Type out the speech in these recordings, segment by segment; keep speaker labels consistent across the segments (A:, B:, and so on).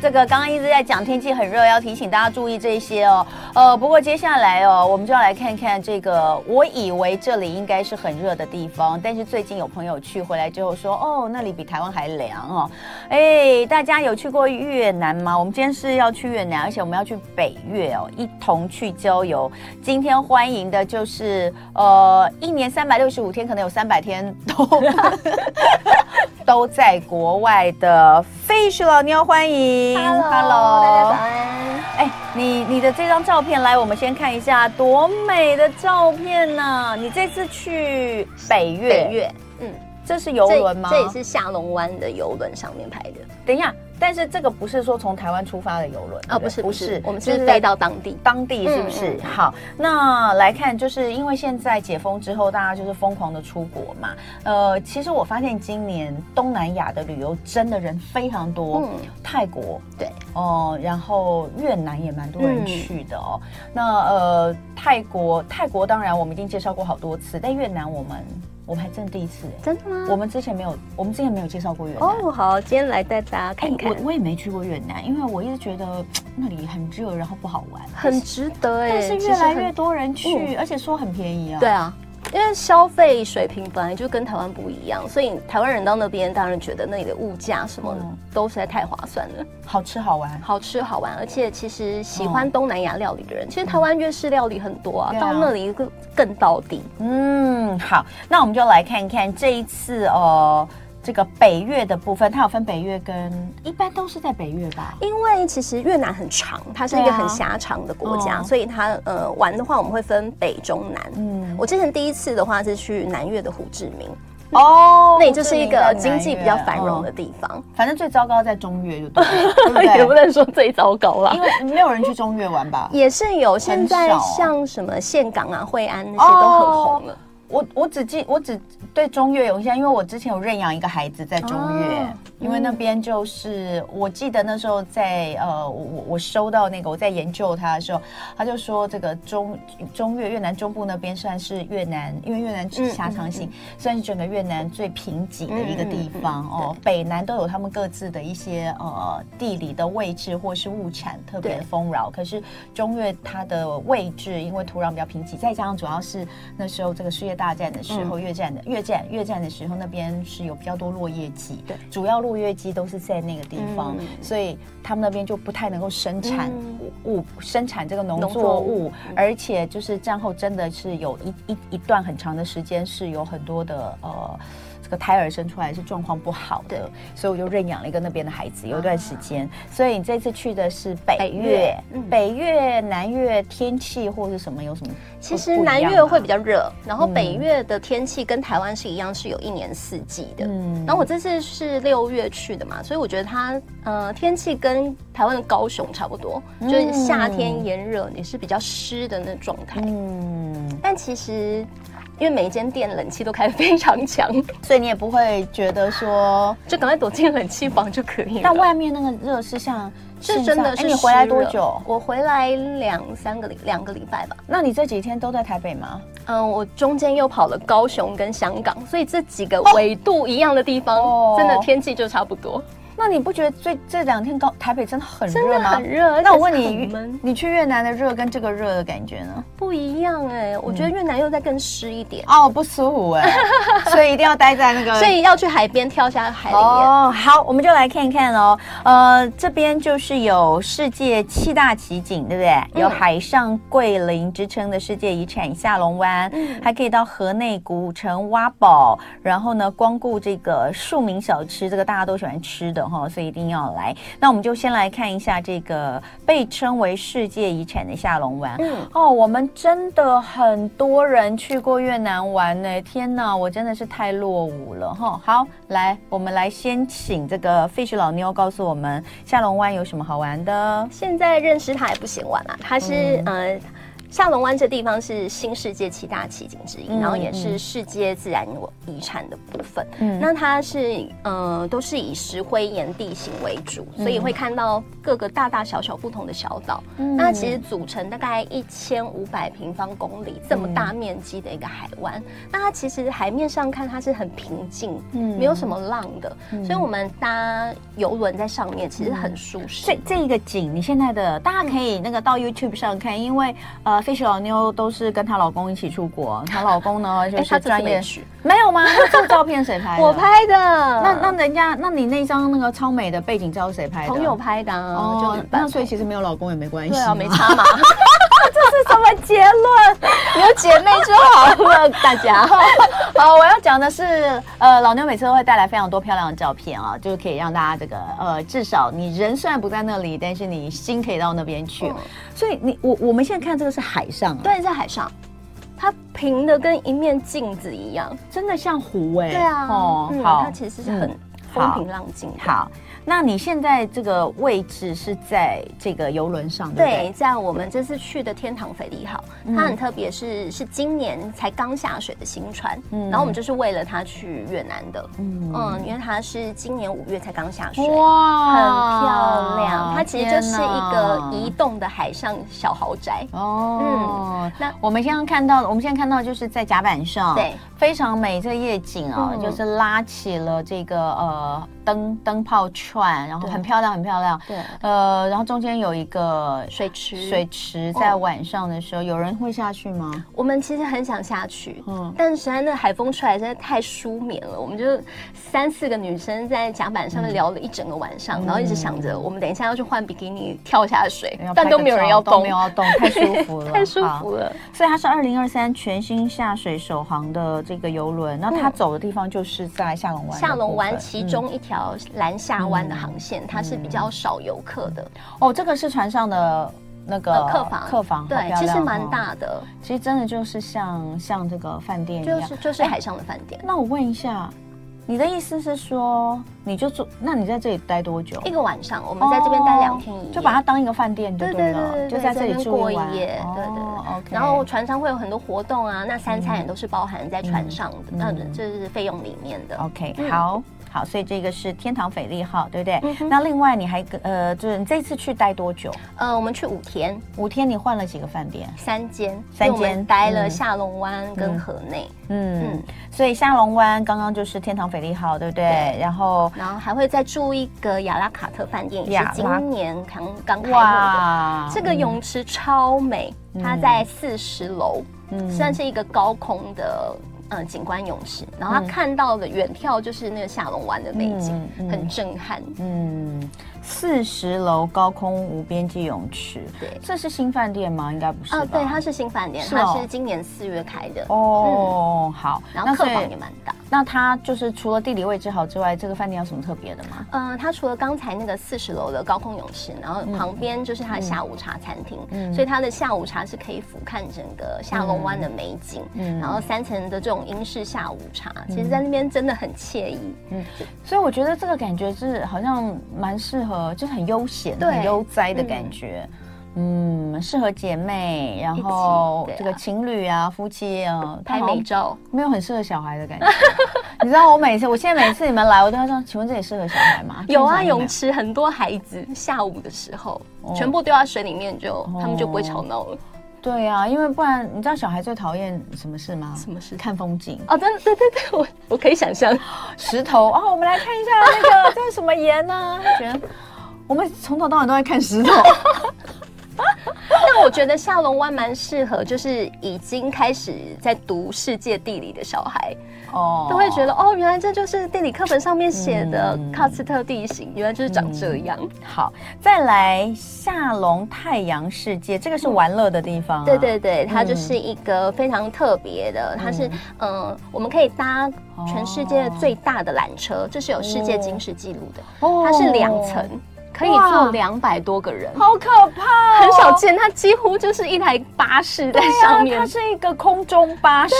A: 这个刚刚一直在讲天气很热，要提醒大家注意这些哦。呃，不过接下来哦，我们就要来看看这个，我以为这里应该是很热的地方，但是最近有朋友去回来之后说，哦，那里比台湾还凉哦。哎，大家有去过越南吗？我们今天是要去越南，而且我们要去北越哦，一同去郊游。今天欢迎的就是呃，一年三百六十五天，可能有三百天都 都在国外的 Fish 老妞，欢迎
B: Hello，大家早安。
A: 哎，你你的这张照片来，我们先看一下，多美的照片呢、你这次去北越，
B: 北越，嗯，
A: 这是游
B: 这
A: 轮吗？
B: 这也是下龙湾的游轮上面拍的
A: 等一下，但是这个不是说从台湾出发的游轮
B: 哦，
A: 对
B: 不是
A: 不
B: 不
A: 是
B: 是，，我们
A: 就是在
B: 飞到当地。
A: 当地是不
B: 嗯
A: 是？
B: 嗯嗯
A: 好，那来看，就是因为现在解封之后，大家就是疯狂的出国嘛。呃，其实我发现今年东南亚的旅游真的人非常多，
B: 嗯
A: 泰国
B: 对
A: 哦、然后越南也蛮多人去的哦。
B: 嗯
A: 那呃，泰国泰国当然我们已经介绍过好多次，但越南我们我们还真第一次哎、
B: 真的吗？
A: 我们之前没有，我们之前没有介绍过越南。
B: 哦，好，今天来带大家
A: 哎
B: 看看
A: 我，我也没去过越南，因为我一直觉得那里很热，然后不好玩。
B: 很值得哎。
A: 但是
B: 其
A: 越
B: 实
A: 来
B: 很嗯
A: 越多人去，而且说很便宜啊。
B: 对，啊，因为消费水平本来就跟台湾不一样，所以台湾人到那边当然觉得那里的物价什么的
A: 嗯
B: 都实在太划算了，
A: 好吃好玩。
B: 好吃好玩，而且其实喜
A: 嗯
B: 欢东南亚料理的人，其实台湾粤式料理很多啊
A: 对，啊
B: 到那里更更到底。
A: 嗯，好，那我们就来看看这一次哦、这个北越的部分，它有分北越跟一般都是在北越吧？
B: 因为其实越南很长，它是一
A: 对
B: 个
A: 啊
B: 很狭长的国家，
A: 嗯
B: 所以它呃玩的话，我们会分北中南。
A: 嗯，
B: 我之前第一次的话是去南越的胡志明，
A: 哦
B: 那里就是一个经济比较繁荣，
A: 知名在南越
B: 的
A: 哦
B: 地方，
A: 反正最糟糕在中越就对 了，对不
B: 也不
A: 哦对？
B: 能说最糟糕啦
A: 因。为没有人去中越玩吧？
B: 也是有，现在
A: 少啊
B: 像什么岘港啊、惠安那些都很红了。
A: 我我只记我只对中越有印象，因为我之前有认养一个孩子在中越，
B: 哦
A: 因为那边就是、我记得那时候在呃我我我收到那个我在研究他的时候，他就说这个中中越越南中部那边算是越南，因为越南是狭长型，算是整个越南最贫瘠的一个地方、
B: 嗯嗯嗯
A: 哦，北南都有他们各自的一些呃地理的位置或是物产特别
B: 对
A: 丰饶，可是中越它的位置因为土壤比较贫瘠，再加上主要是那时候这个世界大战的时
B: 嗯
A: 候，越战的越战越战的时候，那边是有比较多落叶鸡，
B: 对
A: 主要落叶鸡都是在那个地方，
B: 嗯
A: 所以他们那边就不太能够生产
B: 嗯
A: 物、生产这个农
B: 农
A: 作
B: 作
A: 物，
B: 物嗯
A: 而且就是战后真的是有一一一段很长的时间是有很多的呃。这个胎儿生出来是状况不好
B: 对啊
A: 的，所以我就认养了一个那边的孩子，有一段时间。所以你这次去的是北
B: 北
A: 越
B: 越，嗯
A: 北越、南越天气或是什么有什么？
B: 其
A: 哦不
B: 实
A: 一样
B: 南越
A: 吗
B: 会比较热，然后
A: 嗯
B: 北越的天气跟台湾是一样，是有一年四季的。
A: 嗯
B: 然后我这次是六月去的嘛，所以我觉得它呃天气跟台湾的高雄差不多，
A: 嗯
B: 就是夏天炎热也是比较湿的那状态。
A: 嗯，
B: 但其实因为每一间店冷气都开得非常强，
A: 所以你也不会觉得说，
B: 就赶快躲进冷气房就可以了。
A: 但外面那个热是像
B: 是
A: 现
B: 真的
A: 在
B: 是
A: 哎你回来
B: 湿
A: 多
B: 了
A: 久？
B: 我回来两三个礼两个礼拜吧。
A: 那你这几天都在台北吗？
B: 嗯，我中间又跑了高雄跟香港，所以这几个纬度一样的地方，
A: 哦
B: 真的天气就差不多，
A: 那你不觉得最这两天高台北真的很
B: 真
A: 热
B: 的
A: 吗
B: 很？热。
A: 那我问
B: 而且
A: 你
B: 很闷，
A: 你去越南的热跟这个热的感觉呢？
B: 不一样哎、我觉得越南又再更湿一点，
A: 哦，不舒服哎，所以一定要待在那个
B: 所以要去海边跳下海里面。
A: 哦，好，我们就来看看哦。呃，这边就是有世界七大奇景，对不对？
B: 嗯
A: 有海上桂林之称的世界遗产下龙湾，
B: 嗯
A: 还可以到河内古城挖宝，然后呢，光顾这个庶民小吃，这个大家都喜欢吃的哈、所以一定要来。那我们就先来看一下这个被称为世界遗产的下龙湾。
B: 嗯，
A: 哦，我们真的很多人去过越南玩呢，天哪，我真的是太落伍了哈。好，来，我们来先请这个 fish 老妞告诉我们下龙湾有什么好玩的。
B: 现在认识它还不嫌晚啊，它是、呃。下龙湾这地方是新世界七大奇景之一，然后也是世界自然遗产的部分。
A: 嗯
B: 那它是呃都是以石灰岩地形为主，所以会看到各个大大小小不同的小岛。那其实组成大概一千五百平方公里这么大面积的一个海湾。那它其实海面上看它是很平静，没有什么浪的，所以我们搭游轮在上面其实很舒适。
A: 所以这一个景，你现在的大家可
B: 嗯
A: 以那个到 YouTube 上看，因为呃，Fish 老妞都是跟她老公一起出国，她老公呢就
B: 哎
A: 是
B: 她这次
A: 专业
B: 没去
A: 没有吗？那这个照片谁拍的？
B: 我。拍的，
A: 那
B: 那
A: 那人家，那你那张那个超美的背景照是谁拍的？
B: 朋友拍的、啊，就
A: 哦
B: 很，棒
A: 那所以其实没有老公也没关系
B: 对
A: 嘛。
B: 啊，没差 嘛，
A: 这是什么结论？
B: 有姐妹就好了，大家。
A: 好，我要讲的是，呃，老妞每次都会带来非常多漂亮的照片啊，就是可以让大家这个，呃，至少你人虽然不在那里，但是你心可以到那边去。
B: 嗯
A: 所以你我我们现在看这个是海上、啊，，
B: 对，在海上，它平的跟一面镜子一样。
A: 真的像湖哎、
B: 对啊，
A: 哦，
B: 嗯，
A: 好，
B: 它其实是很
A: 嗯
B: 风平浪静的。
A: 好。那你现在这个位置是在这个游轮上，对不嗯
B: 对，
A: 对？
B: 在我们这次去的天堂斐利号，它很特别，是是今年才刚下水的新船，
A: 嗯
B: 然后我们就是为了它去越南的，嗯因为它是今年五月才刚下水，
A: 哇
B: 很漂亮，它其实就是一个
A: 天哪
B: 移动的海上小豪宅，
A: 哦，那
B: 嗯那
A: 我们现在看到，我们现在看到就是在甲板上，
B: 对，
A: 非常美，这个夜景啊、
B: 嗯
A: 就是拉起了这个呃灯灯泡串，然后
B: 对
A: 很漂亮，很漂亮，
B: 对
A: 呃，然后中间有一个
B: 水池，
A: 水池，在
B: 哦
A: 晚上的时候，有人会下去吗？
B: 我们其实很想下去，
A: 嗯
B: 但实在那海风吹来实在太舒眠了，我们就三四个女生在甲板上面聊了一整个晚
A: 嗯
B: 上，然后一直想着我们等一下要去换比基尼跳下水，
A: 哎要拍
B: 但
A: 个
B: 都没有人
A: 照
B: 要
A: 都
B: 动
A: 没，有要动， 太舒服了，
B: 太舒
A: 好
B: 服了。
A: 所以它是二零二三全新下水首航的这个游轮，那它走的地方就是在下龙湾的部分。
B: 嗯下龙湾
A: 嗯
B: 其中一条蓝下湾的航线，它是比较少游客的，
A: 哦，这个是船上的那个
B: 呃，客房，
A: 客房好
B: 对，
A: 漂
B: 其实
A: 亮
B: 蛮
A: 哦
B: 大的，
A: 其实真的就是像像这个饭店一样。
B: 就是就是海上的饭店，
A: 那我问一下，你的意思是说，你就住？那你在这里待多久？
B: 一个晚上我们在这边待两天一夜，
A: 哦就把它当一个饭店就
B: 对
A: 对
B: 对
A: 了，
B: 对对，
A: 就在这里
B: 边
A: 住
B: 过一
A: 晚
B: 夜，对对
A: 哦
B: 对。
A: ，OK 嗯
B: 然后船上会有很多活动啊，那三餐也都是包含在船上的，那就是费用里面的。
A: OK，
B: 嗯
A: 嗯好。好，所以这个是天堂斐利号，对不对？
B: 嗯哼
A: 那另外你还跟呃，就是你这次去待多久？
B: 呃，我们去五天，
A: 五天你换了几个饭店？
B: 三间，
A: 三间
B: 因为我们待了
A: 嗯
B: 下龙湾跟河内，
A: 嗯，
B: 嗯
A: 所以下龙湾刚刚就是天堂斐利号，对不对？
B: 对
A: 然后
B: 然后还会再住一个雅拉卡特饭店，也
A: 嗯雅
B: 是
A: 拉
B: 今年刚刚开幕的。这个泳池超美，
A: 嗯
B: 它在四十楼，算是一个高空的。嗯，景观泳池，然后它看到的远眺就是那个下龙湾的美景，
A: 嗯嗯
B: 很震撼。
A: 嗯，四十楼高空无边际泳池，
B: 对
A: 这是新饭店吗？应该不是吧。
B: 啊，对，它是新饭店，
A: 是哦
B: 它是今年四月开的，
A: 哦，好，
B: 嗯然后客
A: 所以
B: 房也蛮大。
A: 那它就是除了地理位置好之外，这个饭店有什么特别的吗？
B: 嗯，它除了刚才那个四十楼的高空泳池，然后旁边就是它的下午茶餐厅，所以它的下午茶是可以俯瞰整个下龙湾的美景，然后三层的这种英式下午茶，其实在那边真的很惬意。
A: 所以我觉得这个感觉是好像蛮适合，就是很悠闲、
B: 对
A: 很悠哉的感觉。嗯，适合姐妹，然
B: 一起
A: 后
B: 对啊
A: 这个情侣啊、夫妻啊，
B: 拍
A: 它好
B: 美
A: 像
B: 照，
A: 没有很适合小孩的感觉。 你知道我每次，我现在每次你们来，我都要说，请问这里适合小孩吗？
B: 有
A: 通常
B: 啊，
A: 都没
B: 泳池很多孩子下午的时候、
A: 哦
B: 全部丢到水里面就，他们就不会吵闹了。
A: 对啊，因为不然你知道小孩最讨厌什么事吗？
B: 什么事
A: 看风景，
B: 哦，真的，对对对，我我可以想象。
A: 石头啊、我们来看一下 那个这是什么岩呢、他觉得我们从头到尾都在看石 头，
B: 但我觉得下龙湾蛮适合，就是已经开始在读世界地理的小孩，
A: 哦，
B: 都会觉得哦，原来这就是地理课本上面写的
A: 嗯啊
B: 喀斯特地形，原来就是长这样。
A: 好。再来下龙太阳世界，这个是玩乐的地方啊、
B: 嗯对对对，它就是一个非常特别的，它是嗯、呃我们可以搭全世界最大的缆车，这是有世界
A: 哦
B: 金氏记录的，
A: 哦，
B: 它是两层。可以坐两百多个人，
A: 好可怕、哦，
B: 很少见。它几乎就是一台巴士在上面，
A: 啊、它是一个空中巴士，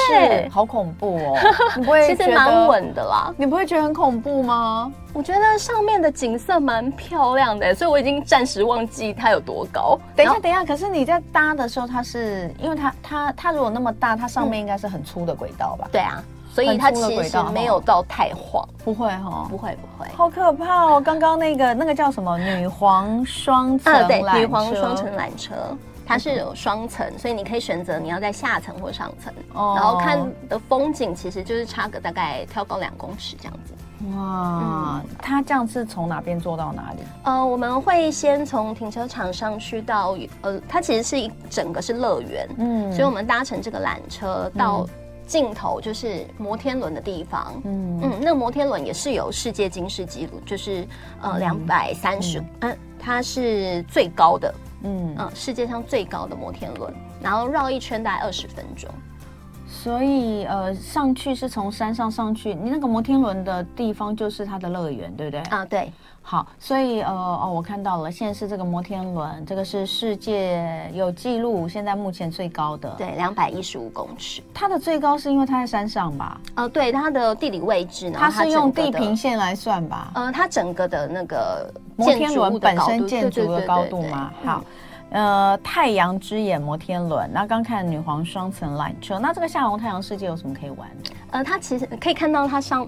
A: 好恐怖 哦！你不会
B: 其实蛮稳的啦，
A: 你不会觉得很恐怖吗？
B: 我觉得上面的景色蛮漂亮的，所以我已经暂时忘记它有多高。
A: 等一下，等一下，可是你在搭的时候，它是因为它它它如果那么大，它上面应该是很粗的轨道吧？嗯、
B: 对啊。所以它其实没有到太晃，
A: 不会哈，
B: 不会不会，
A: 好可怕哦！刚刚那个那个叫什么女皇双层缆车、啊，
B: 呃女皇双层缆车，嗯它是有双层，所以你可以选择你要在下层或上层，哦、然后看的风景其实就是差个大概挑高两公尺这样子。
A: 哇，嗯、它这样是从哪边坐到哪里？
B: 呃，我们会先从停车场上去到呃，它其实是一整个是乐园，嗯，所以我们搭乘这个缆车到、嗯。尽头就是摩天轮的地方，嗯嗯，那摩天轮也是有世界金世纪录，就是呃两百三十，嗯，它是最高的，嗯嗯、呃，世界上最高的摩天轮，然后绕一圈大概二十分钟。
A: 所以呃，上去是从山上上去，你那个摩天轮的地方就是它的乐园，对不对？
B: 啊，对。
A: 好，所以呃哦，我看到了，现在是这个摩天轮，这个是世界有记录，现在目前最高的，
B: 对，两百一十五公尺。
A: 它的最高是因为它在山上吧？
B: 呃，对，它的地理位置呢，
A: 它是用地平线来算吧？
B: 呃，它整个的那个
A: 摩天轮本身建筑的高度吗？好。呃，太阳之眼摩天轮，那刚看女皇双层缆车，那这个夏红太阳世界有什么可以玩的？
B: 呃，它其实可以看到它上，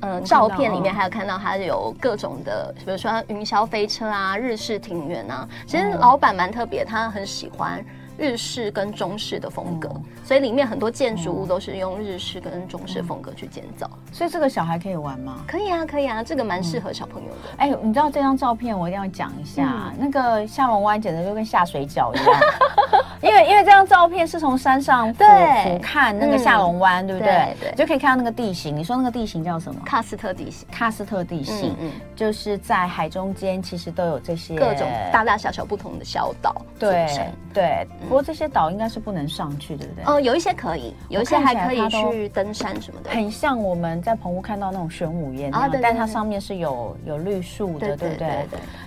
B: 呃，照片
A: 嗯
B: 里面还有看到它有各种的，比如说云霄飞车啊、日式庭园啊。其实
A: 嗯
B: 老板蛮特别，他很喜欢日式跟中式的风格，嗯、所以里面很多建筑物都是用日式跟中式风格去建造。
A: 所以这个小孩可以玩吗？
B: 可以啊，可以啊，这个蛮适合小朋友的。
A: 嗯哎、嗯欸，你知道这张照片我一定要讲一下，嗯、那个下龙湾简直就跟下水饺一样。啊因为因为这张照片是从山上俯俯瞰那个下龙湾，嗯、对不对？对，对就可以看到那个地形。你说那个地形叫什么？
B: 喀斯特地形。
A: 喀斯特地形，嗯嗯，就是在海中间，其实都有这些
B: 各种大大小小不同的小岛。
A: 对对，嗯、不过这些岛应该是不能上去，对不对？
B: 哦、呃，有一些可以，有一些还可以去登山什么的。
A: 很像我们在澎湖看到那种玄武岩啊，对对但它上面是有有绿树的，对不对？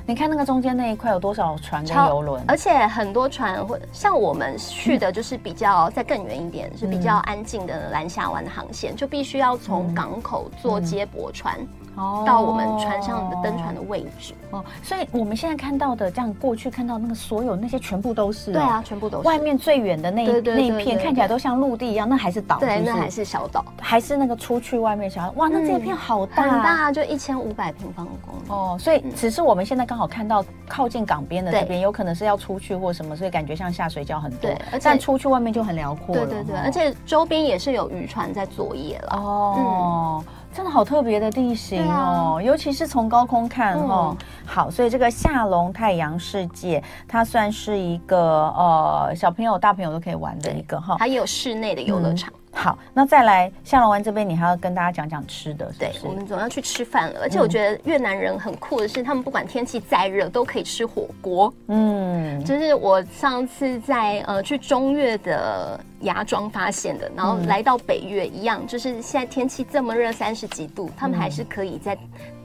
A: 你看那个中间那一块有多少船跟游轮？
B: 而且很多船会像。我们去的就是比较再更远一点，嗯、是比较安静的蓝峡湾的航线，就必须要
A: 嗯
B: 从港口坐接驳船、嗯、到我们船上的登船的位置。
A: 哦，所以我们现在看到的，这样过去看到那个所有那些全部都是、哦，
B: 对啊，全部都是。
A: 外面最远的那那一片看起来都像陆地一样，那还是岛，
B: 对，那还是小岛，
A: 还是那个出去外面小岛。哇，那这一片好大，啊
B: 嗯、很大，嗯就一千五百平方公里。
A: 哦，所以只是我们现在刚好看到靠近港边的这
B: 嗯
A: 边，有可能是要出去或什么，所以感觉像下水饺。很多，而且出去外面就很辽阔
B: 对对对，而且周边也是有渔船在作业了。
A: 哦，嗯、真的好特别的地形哦，啊、尤其是从高空看哦。嗯、好，所以这个下龙太阳世界，它算是一个呃小朋友、大朋友都可以玩的一个哈。
B: 它也有室内的游乐场。嗯
A: 好，那再来下龙湾这边，你还要跟大家讲讲吃的是是。嗯
B: 对，我们总要去吃饭了。而且我觉得越南人很酷的是，他们不管天气再热，都可以吃火锅。嗯，就是我上次在呃去中越的芽庄发现的，然后来到北越一样，嗯、就是现在天气这么热，三十几度，他们还是可以在。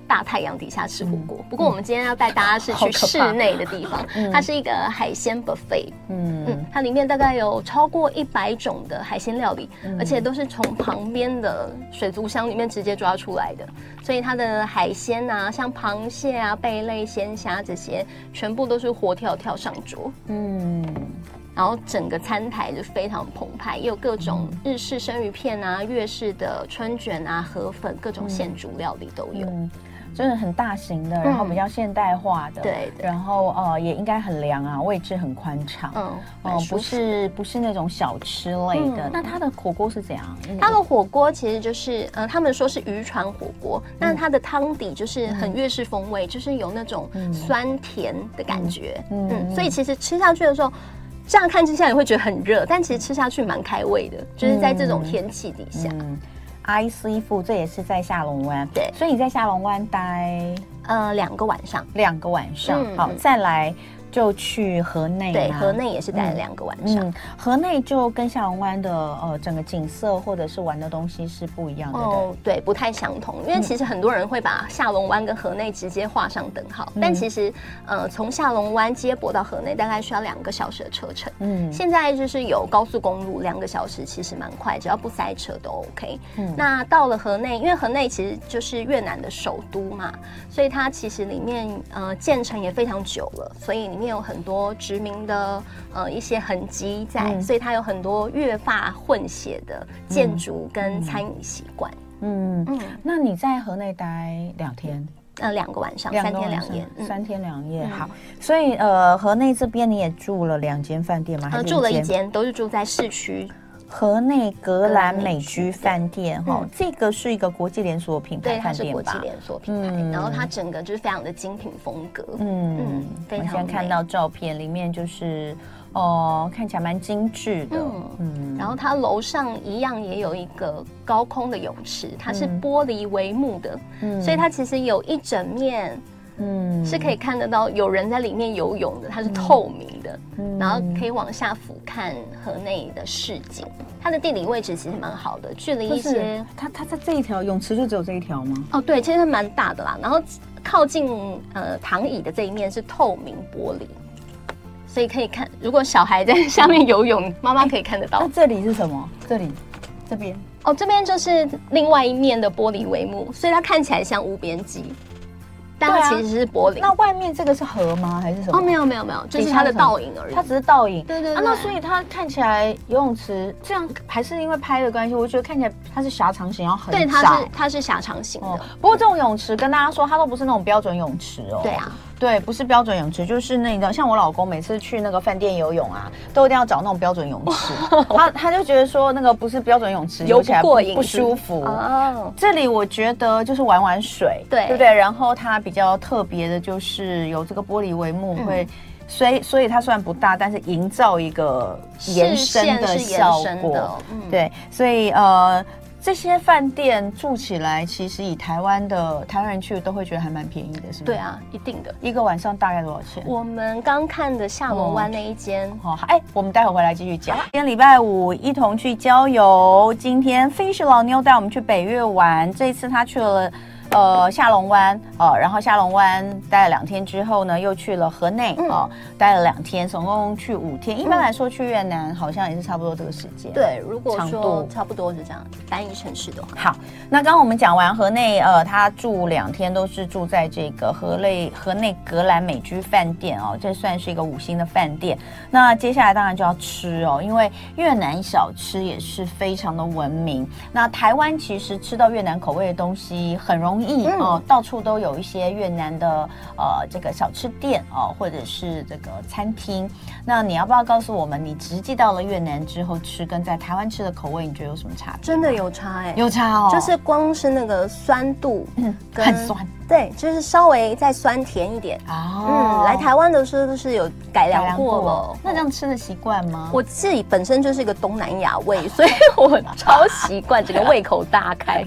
B: 大太阳底下吃火嗯锅，嗯、不过我们今天要带大家是去室内的地方，嗯、它是一个海鲜 buffet，嗯嗯，它里面大概有超过一百种的海鲜料理，嗯、而且都是从旁边的水族箱里面直接抓出来的，所以它的海鲜啊，像螃蟹啊、贝类、鲜虾这些，全部都是活跳跳上桌，嗯。然后整个餐台就非常澎湃，也有各种日式生鱼片啊、粤式的春卷啊、河粉，各种现煮料理都有。嗯
A: 真的很大型的，然后比较现代化的，嗯、
B: 对的，
A: 然后呃也应该很凉啊，位置很宽敞，嗯，哦、呃、不是不是那种小吃类的。嗯、那它的火锅是怎样？
B: 它的火锅其实就是呃他们说是渔船火锅，嗯、但它的汤底就是很粤式风味，就是有那种酸甜的感觉，嗯，所以其实吃下去的时候。这样看之下，你会觉得很热，但其实吃下去蛮开胃的，就是在这种天气底下。
A: I C 富，这也是在下龙湾，
B: 嗯对，
A: 所以你在下龙湾待
B: 呃两个晚上，
A: 两个晚上。好，再来就去河内，
B: 嗯对，河内也是待了两个晚上。嗯，
A: 河内就跟下龙湾的呃整个景色或者是玩的东西是不一样的。哦，
B: 对，嗯不太相同。因为其实很多人会把下龙湾跟河内直接画上等号，嗯、但其实呃从下龙湾接驳到河内大概需要两个小时的车程。嗯，现在就是有高速公路，两个小时其实蛮快，只要不塞车都 OK。嗯，那到了河内，因为河内其实就是越南的首都嘛，所以它其实里面呃建成也非常久了，所以里面。有很多殖民的呃一些痕迹在，嗯、所以它有很多越发混血的建筑跟餐饮习惯。
A: 嗯嗯，嗯那你在河内待两天？
B: 呃，两个晚上，三天两夜，嗯
A: 三天两夜。好，所以呃，河内这边你也住了两间饭店吗？
B: 呃，住了一间，都是住在市区。
A: 河内格兰美居饭店哈，嗯、这个是一个国际连锁品牌饭店吧？
B: 对，它是国际连锁品牌，嗯、然后它整个就是非常的精品风格。嗯嗯，非常。
A: 我现在看到照片，里面就是哦，看起来蛮精致的。嗯
B: 嗯，然后它楼上一样也有一个高空的泳池，它是玻璃帷幕的，嗯、所以它其实有一整面。嗯，是可以看得到有人在里面游泳的，它是透明的，嗯、然后可以往下俯瞰河内的市景。它的地理位置其实蛮好的，距离一些
A: 它它在这一条泳池就只有这一条吗？
B: 哦，对，其实蛮大的啦。然后靠近呃躺椅的这一面是透明玻璃，所以可以看，如果小孩在下面游泳，妈妈可以看得到。那、
A: 欸、这里是什么？这里，这边
B: 哦，这边就是另外一面的玻璃帷幕，所以它看起来像无边际。但它其实是柏林、
A: 啊。那外面这个是河吗？还是什么？哦，
B: 没有没有没有，就是它的倒影而已。
A: 它只是倒影。
B: 对对,對、啊。
A: 那所以它看起来游泳池这样，还是因为拍的关系，我觉得看起来它是狭长型，然后很
B: 对，它是它是狭长型的、哦。
A: 不过这种泳池跟大家说，它都不是那种标准泳池哦。
B: 对啊。
A: 对，不是标准泳池，就是那个像我老公每次去那个饭店游泳啊，都一定要找那种标准泳 池。他他就觉得说那个不是标准泳池，
B: 游起来
A: 不舒服。哦，这里我觉得就是玩玩水，
B: 对
A: 对不对？然后它比较特别的就是有这个玻璃帷幕会。嗯所以，所以它虽然不大，但是营造一个延伸的效果。哦嗯、对，所以呃，这些饭店住起来，其实以台湾的台湾人去都会觉得还蛮便宜的，是吗？
B: 对啊，一定的。
A: 一个晚上大概多少钱？
B: 我们刚看的下龙湾那一间、嗯。
A: 哦，哎，我们待会回来继续讲。今天礼拜五一同去郊游，今天 Fish 老妞带我们去北越玩，这一次他去了。呃，下龙湾哦，然后下龙湾待了两天之后呢，又去了河内、嗯、哦，待了两天，总共去五天。一般来说，去越南好像也是差不多这个时间。
B: 对，如果说差不多是这样，单一城市的话。
A: 好，那刚刚我们讲完河内，呃，他住两天都是住在这个河内河内格兰美居饭店哦，这算是一个五星的饭店。那接下来当然就要吃哦，因为越南小吃也是非常的文明。那台湾其实吃到越南口味的东西很容易。易哦，嗯、到处都有一些越南的呃这个小吃店哦，或者是这个餐厅。那你要不要告诉我们，你直寄到了越南之后吃，跟在台湾吃的口味，你觉得有什么差别？
B: 真的有差哎、欸，
A: 有差哦，
B: 就是光是那个酸度，
A: 嗯， 很酸。
B: 对，就是稍微再酸甜一点哦。嗯，来台湾的时候就是有改良过了。
A: 那这样吃的习惯吗？
B: 我自己本身就是一个东南亚胃， 所以我超习惯，整个胃口大 开。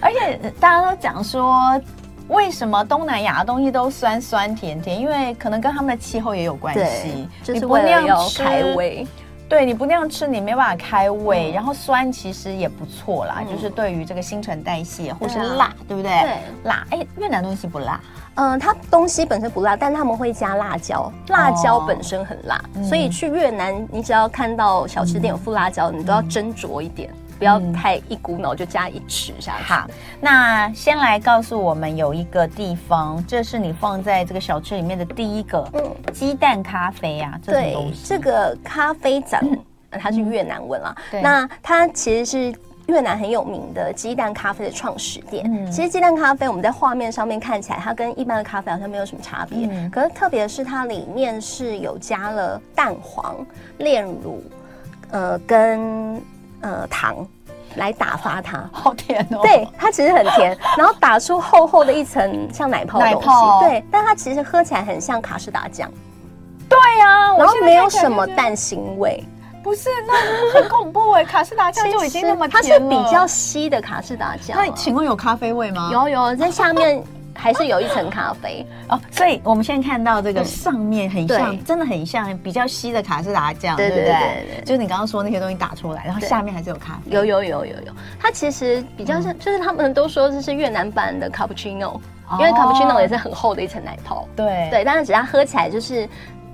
A: 而且呃大家都讲说，为什么东南亚的东西都酸酸甜甜？因为可能跟他们的气候也有关系，
B: 就是为了要开胃。
A: 对，你不那样吃，你没办法开胃。嗯、然后酸其实也不错啦，嗯、就是对于这个新陈代谢，或是辣，对不对？
B: 对，
A: 辣。哎，越南东西不辣。
B: 嗯、呃，它东西本身不辣，但他们会加辣椒，辣椒本身很辣，哦、所以去越南，你只要看到小吃店有附辣椒，嗯、你都要斟酌一点。不要太一股脑就加一匙下去、嗯。
A: 好，那先来告诉我们有一个地方，这是你放在这个小吃里面的第一个，嗯，鸡蛋咖啡啊，这
B: 对，这个咖啡展，嗯、它是越南文啦。嗯、那它其实是。越南很有名的鸡蛋咖啡的创始店，嗯、其实鸡蛋咖啡我们在画面上面看起来，它跟一般的咖啡好像没有什么差别，嗯、可是特别是它里面是有加了蛋黄、炼乳，呃，跟呃糖。来打发它，
A: 好甜哦！
B: 对，它其实很甜， 然后打出厚厚的一层像奶泡的东西，哦、对，但它其实喝起来很像卡士达酱。
A: 对呀、啊，
B: 然后没有什么蛋腥味。
A: 不是，那很恐怖 哎！卡士达酱就已经那么
B: 它是比较稀的卡士达酱、啊。
A: 那请问有咖啡味吗？
B: 有有，在下面还是有一层咖 啡。
A: 哦，所以我们现在看到这个
B: 嗯
A: 上面很像，
B: 对
A: 真的很像比较稀的卡士达酱，
B: 对
A: 对不
B: 对对对
A: 对
B: 对？
A: 就是你刚刚说那些东西打出来，然后
B: 对
A: 下面还是有咖啡。
B: 有有有有有，它其实比较像，就是他们都说这是越南版的 cappuccino，因为
A: 嗯哦
B: cappuccino 也是很厚的一层奶泡。
A: 对
B: 对，但是只要喝起来就是，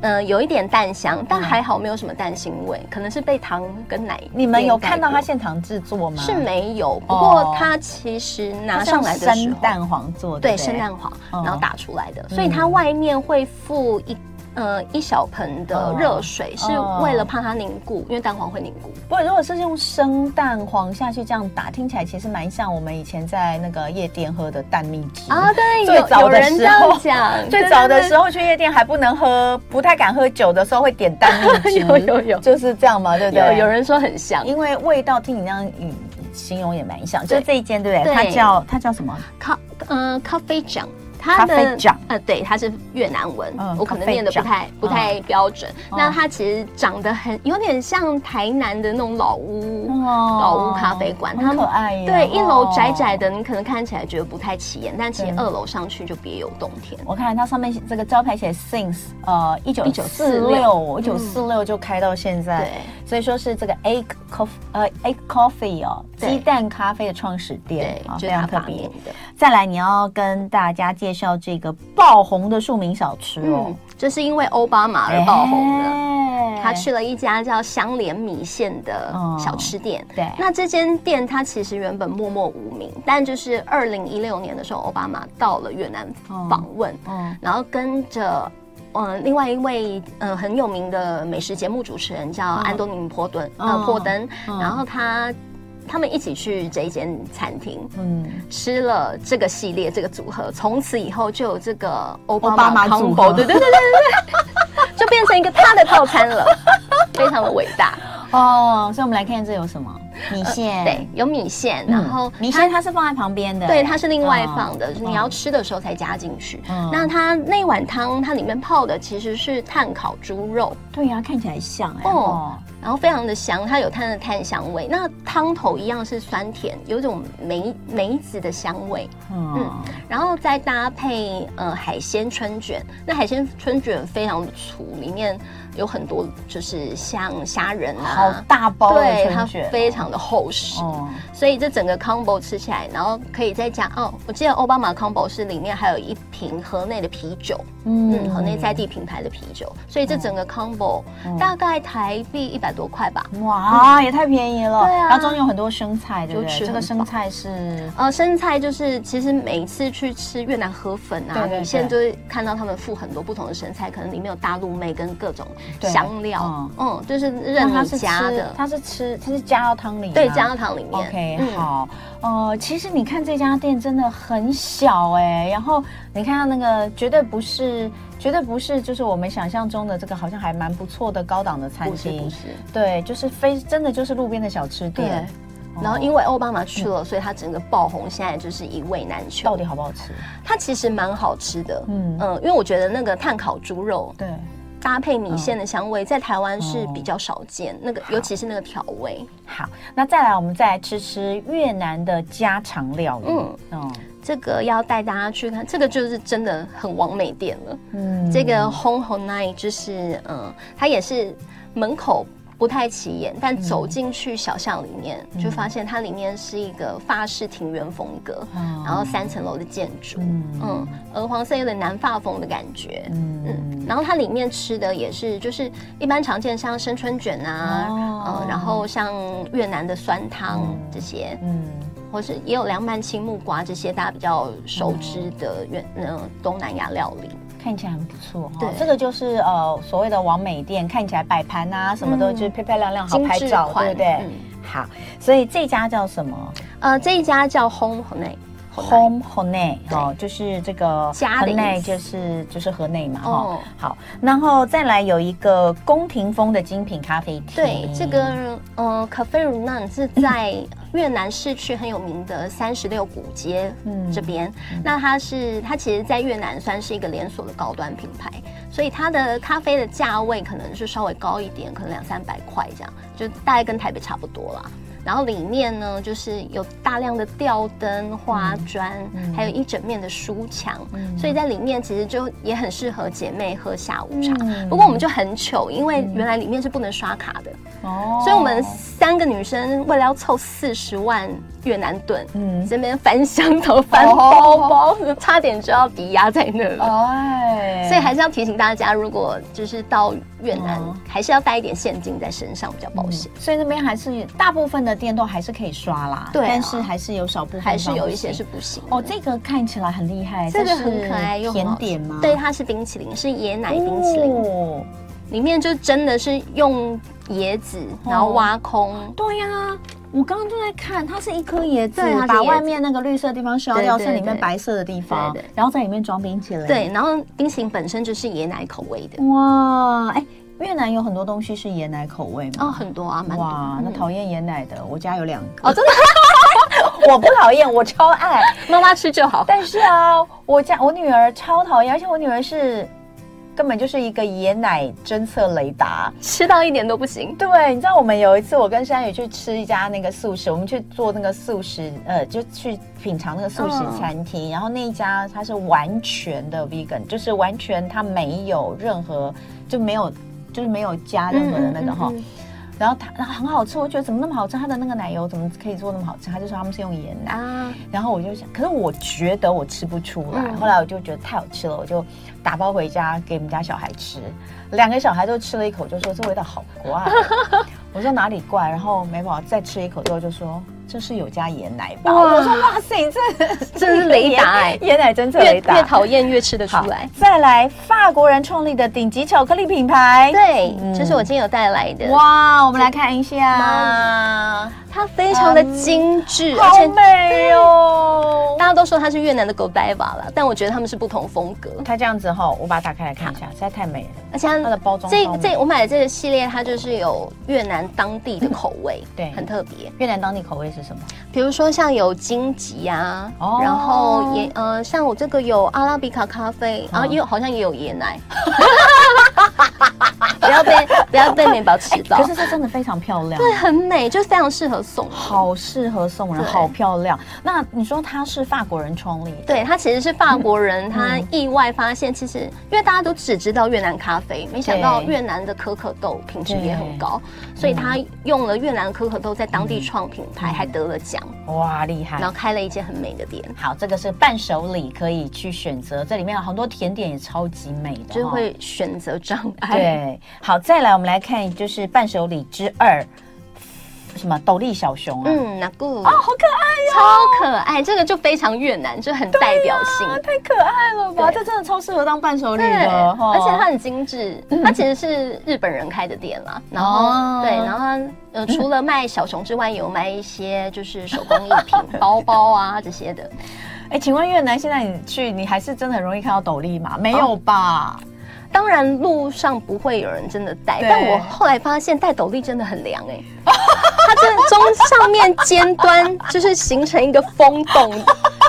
B: 嗯、有一点淡香，但
A: 嗯
B: 还好没有什么淡腥味，可能是被糖跟奶。
A: 你们有看到它
B: 现
A: 现场制作吗？
B: 是没有，不
A: 哦
B: 过它其实拿上来的时
A: 生
B: 候，
A: 蛋黄做的，
B: 对
A: 不
B: 生蛋黄，
A: 嗯
B: 然后打出来的，所以它外面会附一。呃，一小盆的热水是
A: 哦
B: 为了怕它凝固，因为蛋黄会凝固。
A: 不过如果是用生蛋黄下去这样打，听起来其实蛮像我们以前在那个夜店喝的蛋蜜汁
B: 啊，对，
A: 嗯最
B: 有
A: 早
B: 有
A: 的
B: 人这
A: 时
B: 样
A: 候，
B: 讲，
A: 最
B: 对
A: 早的
B: 对
A: 时候去夜店还不能喝，不太敢喝酒的时候会点蛋蜜汁，
B: 有有有
A: 就是这样嘛，对不
B: 有
A: 对？
B: 有，人说很像
A: 因为味道听你那样嗯形容也蛮像，就是
B: 对
A: 这一间对不对？
B: 对
A: 它叫它叫什么？
B: 咖呃咖啡酱。它的
A: 咖啡酱
B: 呃，对，它是越南文，
A: 嗯
B: 我
A: 咖
B: 可能
A: 啡
B: 念的不
A: 酱
B: 太不太标准。
A: 嗯
B: 那它其实长得很有点像台南的那种老屋，
A: 哦
B: 老屋咖啡馆它
A: 很可爱耶。
B: 对，一楼窄
A: 哦
B: 窄的，你可能看起来觉得不太起眼，但其实
A: 对
B: 二楼上去就别有洞天。
A: 我看它上面写这个招牌写 since 呃一九四六，
B: 1946
A: 一九四
B: 嗯
A: 六就开到现在，
B: 对
A: 所以说是这个 egg coffee 呃 egg coffee 哦，
B: 对
A: 鸡蛋咖啡的创始店
B: 对，，
A: 啊
B: 就是
A: 非
B: 他
A: 常特
B: 发
A: 别
B: 明。的。
A: 再来，你要跟大家介绍这个爆红的庶民小吃哦哎
B: 嗯，，这是因为奥巴马而爆红的。
A: 的
B: 他去了一家叫香莲米线的
A: 嗯
B: 小吃店。
A: 对
B: 那这间店它其实原本默默无名，但就是二零一六年的时候，奥巴马到了越南访问，
A: 嗯
B: 然后跟着。嗯，另外一位呃很有名的美食节目主持人叫安东尼·波顿，
A: 嗯
B: 呃，波登，
A: 嗯
B: 然后他他们一起去这一间餐厅
A: 嗯，
B: 吃了这个系列这个组合，从此以后就有这个欧
A: 巴马组
B: combo，
A: 合
B: 对对对对 对对，就变成一个他的套餐了，非常的伟 大。
A: 哦，所以我们来看这有什么米线，
B: 呃对，有米线，
A: 嗯，
B: 然后
A: 米
B: 它
A: 线它是放在旁边的，
B: 对，它是另外
A: 嗯
B: 放的，就是你要吃的时候才加进去。
A: 嗯
B: 那它那碗汤，它里面泡的其实是炭烤猪肉，
A: 对呀，看起来像哎
B: 哦
A: 哦，
B: 然后非常的香，它有它的炭香味。那汤头一样是酸甜，有一种梅梅子的香味，
A: 嗯
B: 嗯。然后再搭配呃海鲜春卷。那海鲜春卷非常的粗，里面有很多就是像虾仁
A: 好
B: 啊，
A: 大包的
B: 对，它
A: 春卷，
B: 非常的厚实。
A: 哦，
B: 所以这整个 combo 吃起来，然后可以再加哦，我记得奥巴马 combo 是里面还有一瓶河内的啤酒，嗯，河内在地品牌的啤酒，所以这整个 combo
A: 嗯
B: 大概台币一百多块吧。
A: 哇，也太便宜了。
B: 对啊
A: 然后中间有很多生菜，对不
B: 就吃
A: 对？
B: 很
A: 这个生菜是
B: 呃，生菜就是其实每一次去吃越南河粉
A: 对
B: 啊，
A: 对对
B: 米线就会看到他们附很多不同的生菜，可能里面有大陆妹跟各种
A: 对
B: 香料，嗯，就是任
A: 它
B: 你
A: 是
B: 加
A: 吃
B: 的，
A: 它是吃，它是加到汤里吗，
B: 对，加到汤里面。
A: OK，、
B: 嗯
A: 好，呃，其实你看这家店真的很小哎、然后你看到那个绝对不是，绝对不是，就是我们想象中的这个好像还蛮不错的高档的餐
B: 不是
A: 厅
B: 不，是。
A: 对，就是非真的就是路边的小吃店，哦
B: 然后因为奥巴马去了，所以他整个爆红，现在就是一味难
A: 到
B: 求。
A: 底好不好吃？
B: 它其实蛮好吃的，
A: 嗯
B: 嗯因为我觉得那个炭烤猪肉
A: 对，
B: 搭配
A: 嗯
B: 米线的香味，在台
A: 哦
B: 湾是比较少见，那个尤其是那个调味，
A: 好，那再来我们再来吃吃越南的家常料理，嗯
B: 嗯这个要带大家去看，这个就是真的很完美店了。
A: 嗯
B: 这个 Hong Hong Night 就是，嗯，它也是门口。不太起眼，但走进去小巷里面，
A: 嗯
B: 就发现它里面是一个法式庭园风格，
A: 然
B: 然后三层楼的建筑，
A: 嗯
B: 嗯，鹅黄色有点南法风的感觉，嗯，然后它里面吃的也是就是一般常见像生春卷啊，
A: 哦
B: 嗯，然后像越南的酸汤这些，
A: 嗯
B: 或是也有凉拌青木瓜这些大家比较熟知的越嗯东南亚料理，
A: 看起来很不错哈、
B: 对
A: 这个就是呃所谓的完美店，看起来摆盘啊什么都
B: 嗯
A: 就是漂漂亮亮，好
B: 精
A: 拍
B: 致
A: 照，对
B: 款
A: 不对？
B: 嗯
A: 好，所以这家叫什么
B: 呃，这一家叫 Home h o n e
A: ？Home Honey
B: 对
A: 哦，就是这个
B: 家的意思
A: Honey 就是就是河内嘛哈、
B: 哦
A: 好，然后再来有一个宫廷风的精品咖啡厅。
B: 对，这个呃 Cafe Runan 是在越南市区很有名的三十六古街
A: 嗯
B: 这边。那它是它其实，在越南算是一个连锁的高端品牌，所以它的咖啡的价位可能是稍微高一点，可能两三百块这样，就大概跟台北差不多啦。然后里面呢就是有大量的吊灯、花砖，
A: 嗯
B: 还有一整面的书墙，所以在里面其实就也很适合姐妹喝下午茶。不过我们就很糗，因为原来里面是不能刷卡的，哦，所以我们三个女生为了要凑四十万越南盾，嗯，这边翻箱头、翻包包，差点就要抵押在那
A: 哦
B: 了。哎，所以还是要提醒大家，如果就是到越南，还是要带一点现金在身上比较保险。
A: 所以那边还是大部分的店都还是可以刷啦，
B: 对啊
A: 但是还是有少部分
B: 还是有一些
A: 刷不
B: 是
A: 行
B: 不行的
A: 嗯哦，这个看起来很厉害，
B: 这个
A: 是
B: 很可爱又很
A: 甜
B: 好吃
A: 点吗？
B: 对，，它是冰淇淋，是椰奶冰淇淋，
A: 哦，
B: 里面就真的是用椰子，然后挖空。
A: 对呀、我刚刚就在看，它是一颗椰子
B: 对它，是椰
A: 把
B: 子
A: 外面那个绿色的地方削掉，
B: 对对
A: 剩里面
B: 对
A: 白色的地方，
B: 对对
A: 然后在里面装冰淇淋。
B: 对，，然后冰淇淋本身就是椰奶口味的
A: 哇，哎，越南有很多东西是椰奶口味吗？
B: 哦，很多啊，蛮多。
A: 哇，那讨厌椰奶的，我家有两个。
B: 哦，真的，
A: 我不讨厌，我超爱。
B: 妈妈吃就好。
A: 但是啊，我家我女儿超讨厌，而且我女儿是根本就是一个椰奶侦测雷达。
B: 吃到一点都不行。
A: 对，你知道我们有一次，我跟山宇去吃一家那个素食，我们去做那个素食，呃，就去品尝那个素食餐厅。然后那一家它是完全的 vegan，就是完全它没有任何就没有就是没有加任何的那个哈。
B: 嗯嗯嗯
A: 然后它然后很好吃，我觉得怎么那么好吃？它的那个奶油怎么可以做那么好吃？他就说他们是用盐奶。
B: 啊，
A: 然后我就想，可是我觉得我吃不出来。
B: 嗯
A: 后来我就觉得太好吃了，我就打包回家给我们家小孩吃。两个小孩都吃了一口，就说这味道好怪 哦。我说哪里怪？啊然后美宝再吃一口之后就说这是有加盐奶吧？
B: 哇
A: 我说哇塞，这
B: 真是雷 达哎
A: 盐奶侦测
B: 越
A: 雷达。
B: 越讨厌越吃得出来。
A: 再来，法国人创立的顶级巧克力品牌。
B: 哎对
A: 嗯，
B: 这是我今天有带来的，哇，
A: 哇，我们来看一下，
B: 它非常的精致，而
A: 好
B: 且
A: 美哦。
B: 大家都说它是越南的 Godiva 啦，但我觉得他们是不同风格。
A: 它这样子哈、我把它打开来看一下，实在太美了。
B: 而且它
A: 它的包装
B: 这
A: 包美
B: 这我买的这个系列，它就是有越南当地的口味，
A: 对
B: 很特别。
A: 越南当地口味是什么？
B: 比如说像有荆棘啊，
A: 哦嗯
B: 然后也呃，像我这个有阿拉比卡咖啡，然后也有好像也有椰奶， 不要被不要被美宝吃到
A: 哎可，是这真的非常漂亮，
B: 对，很美，就是非常适合送。
A: 好适合送人，
B: 对
A: 好漂亮。那你说它是法国人创立的？
B: 对，他其实是
A: 嗯
B: 法国人，他意外发现，其实因为大家都只知道越南咖啡，没想到
A: 对
B: 越南的可可豆品质也
A: 对嗯
B: 很高，所以他用了越南可可豆在当地创品牌，还得了奖，
A: 哇，厉
B: 然
A: 害！
B: 后开了一间很美的店，
A: 好，这个是伴手礼可以去选择，这里面有很多甜点也超级美的、哦，
B: 就是会选择障碍。
A: 对。好，再来我们来看，就是伴手礼之二，什么斗笠小熊啊，
B: 嗯，那个哦，好可爱超可爱，这个就非常越南，就很代表性。
A: 太可爱了吧？
B: 对
A: 这真的超适合当伴手礼哦
B: 对，
A: 的，哦哈
B: 而且它很精致，它其实是日本人开的店啦。然
A: 哦
B: 后对，然后它呃除了卖小熊之外，有卖一些就是手工艺品、包包啊这 些的。
A: 哎，请问越南现在你去，你还是真的很容易看到斗笠
B: 啊
A: 吗？没有吧？
B: 当然路上不会有人真的戴，
A: 对
B: 但我后来发现戴斗笠真的很凉哎、它真的中上面尖端就是形成一个风洞，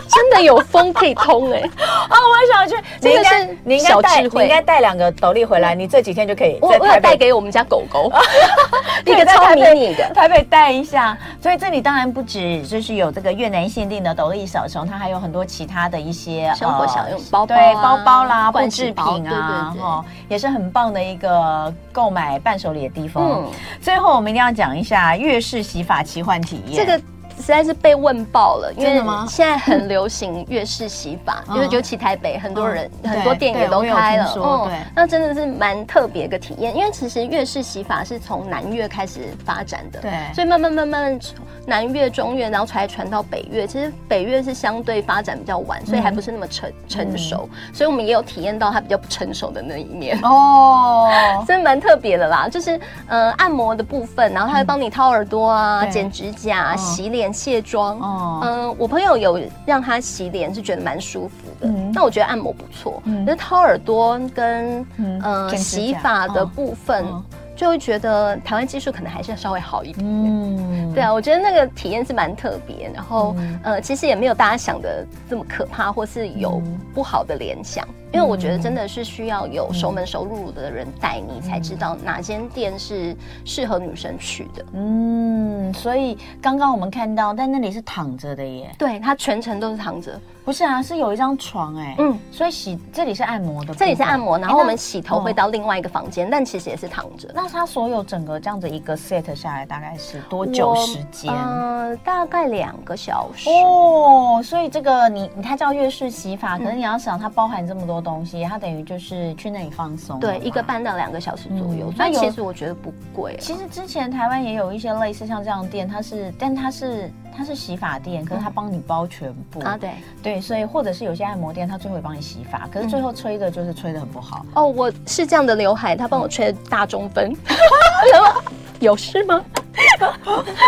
B: 真的有风可以通哎、
A: 啊，我也想去。你应该
B: 这个是
A: 你应该带
B: 小
A: 你
B: 智慧嗯
A: 应该带两个斗笠回来，你这几天就可以
B: 我
A: 在
B: 我有
A: 台
B: 带
A: 北。
B: 给我们家狗 狗
A: 对
B: 一个
A: 在
B: 超
A: 台
B: 迷
A: 北
B: 你的。
A: 台北带一下，所以这里当然不止就是有这个越南限定的斗笠小熊，它还有很多其他的一些呃
B: 生活小用包包啊
A: 哦对包包啦、布
B: 罐
A: 制
B: 子
A: 品
B: 包
A: 啊，
B: 对对对
A: 哦，也是很棒的一个购买伴手礼的地方
B: 嗯。
A: 最后我们一定要讲一下越式洗发奇幻体验，
B: 这个实在是被问爆了，因
A: 真
B: 为
A: 的吗
B: 现在 很流行粤式洗发，
A: 嗯
B: 因为尤其台北很多人、
A: 嗯
B: 很多
A: 对
B: 店也
A: 对
B: 都
A: 我有
B: 开了哦
A: 听，说对
B: 那真的是蛮特别的体验。因为其实粤式洗发是从南越开始发展的，
A: 对
B: 所以慢慢慢慢南越、中越，然后才传到北越。其实北越是相对发展比较晚，所以还不是那么成
A: 嗯
B: 成熟，所以我们也有体验到它比较不成熟的那一面。
A: 哦，
B: 真的蛮特别的啦，就是呃按摩的部分，然后他会帮你掏耳朵啊、
A: 对
B: 剪指甲啊、
A: 嗯
B: 洗脸、卸妆。
A: 哦
B: 嗯、我朋友有让他洗脸，是觉得蛮舒服的。
A: 嗯
B: 那我觉得按摩不错，
A: 嗯
B: 但是掏耳朵跟
A: 嗯
B: 嗯、呃
A: 剪指甲
B: 洗发的
A: 嗯
B: 部分，
A: 嗯
B: 就会觉得台湾技术可能还是要稍微好一点。
A: 嗯，
B: 对啊，我觉得那个体验是蛮特别，然后、
A: 嗯
B: 嗯呃，其实也没有大家想的这么可怕，或是有不好的联想，因因为我觉得真的是需要有熟门熟路的人带你，才知道哪间店是适合女生去的。
A: 嗯，所以刚刚我们看到，但那里是躺着的耶，
B: 对，它全程都是躺着，
A: 不是啊，是有一张床哎，嗯
B: 嗯，
A: 所以洗这里是按摩的部分，
B: 这里是按摩，然后
A: 哎
B: 我们洗头会。
A: 那哦
B: 到另外一个房间，但其实也是躺着。
A: 那它所有整个这样子一个 set 下来大概是多久
B: 我
A: 时间？
B: 呃，大概两个小时。
A: 哦，所以这个你它叫粤式洗
B: 嗯
A: 发，可是你要想它包含这么多东西，它等于就是去那里放松。
B: 对，一个。半到两个小时左右
A: 嗯，
B: 所以
A: 那有
B: 其实我觉得不贵。
A: 其实之前台湾也有一些类似像这样的店，它是，但它是它是洗发店，可是
B: 嗯
A: 它帮你包全部
B: 啊，对，
A: 对，所以或者是有些按摩店，它最后也帮你洗发，
B: 嗯
A: 可是最后吹的就是吹的很不好。
B: 哦，我是这样的刘海，他帮我吹大中分， 然后有事吗？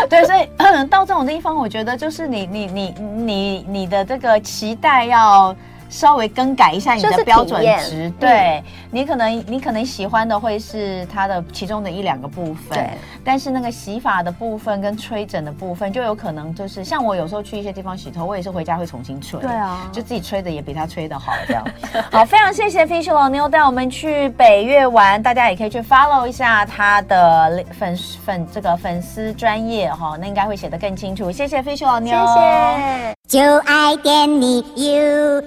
A: 对，所以 到这种地方，我觉得就是你你你你你的这个期待要。稍微更改一下你
B: 就
A: 的
B: 是
A: 标准
B: 体验嗯
A: 值，对你可能你可能喜欢的会是它的其中的一两个部分，
B: 对，
A: 但是那个洗发的部分跟吹枕的部分，就有可能就是像我有时候去一些地方洗头，我也是回家会重新吹。
B: 对啊
A: 就自己吹的也比他吹的好，这样。 好，非常谢谢 Fish l o n e 带我们去北越玩，大家也可以去 follow 一下他的粉粉这个粉丝专业哈，那应该会写的更清楚。谢谢 Fish l o n
B: 谢
A: e
B: 谢。
C: 就爱点你 UFO。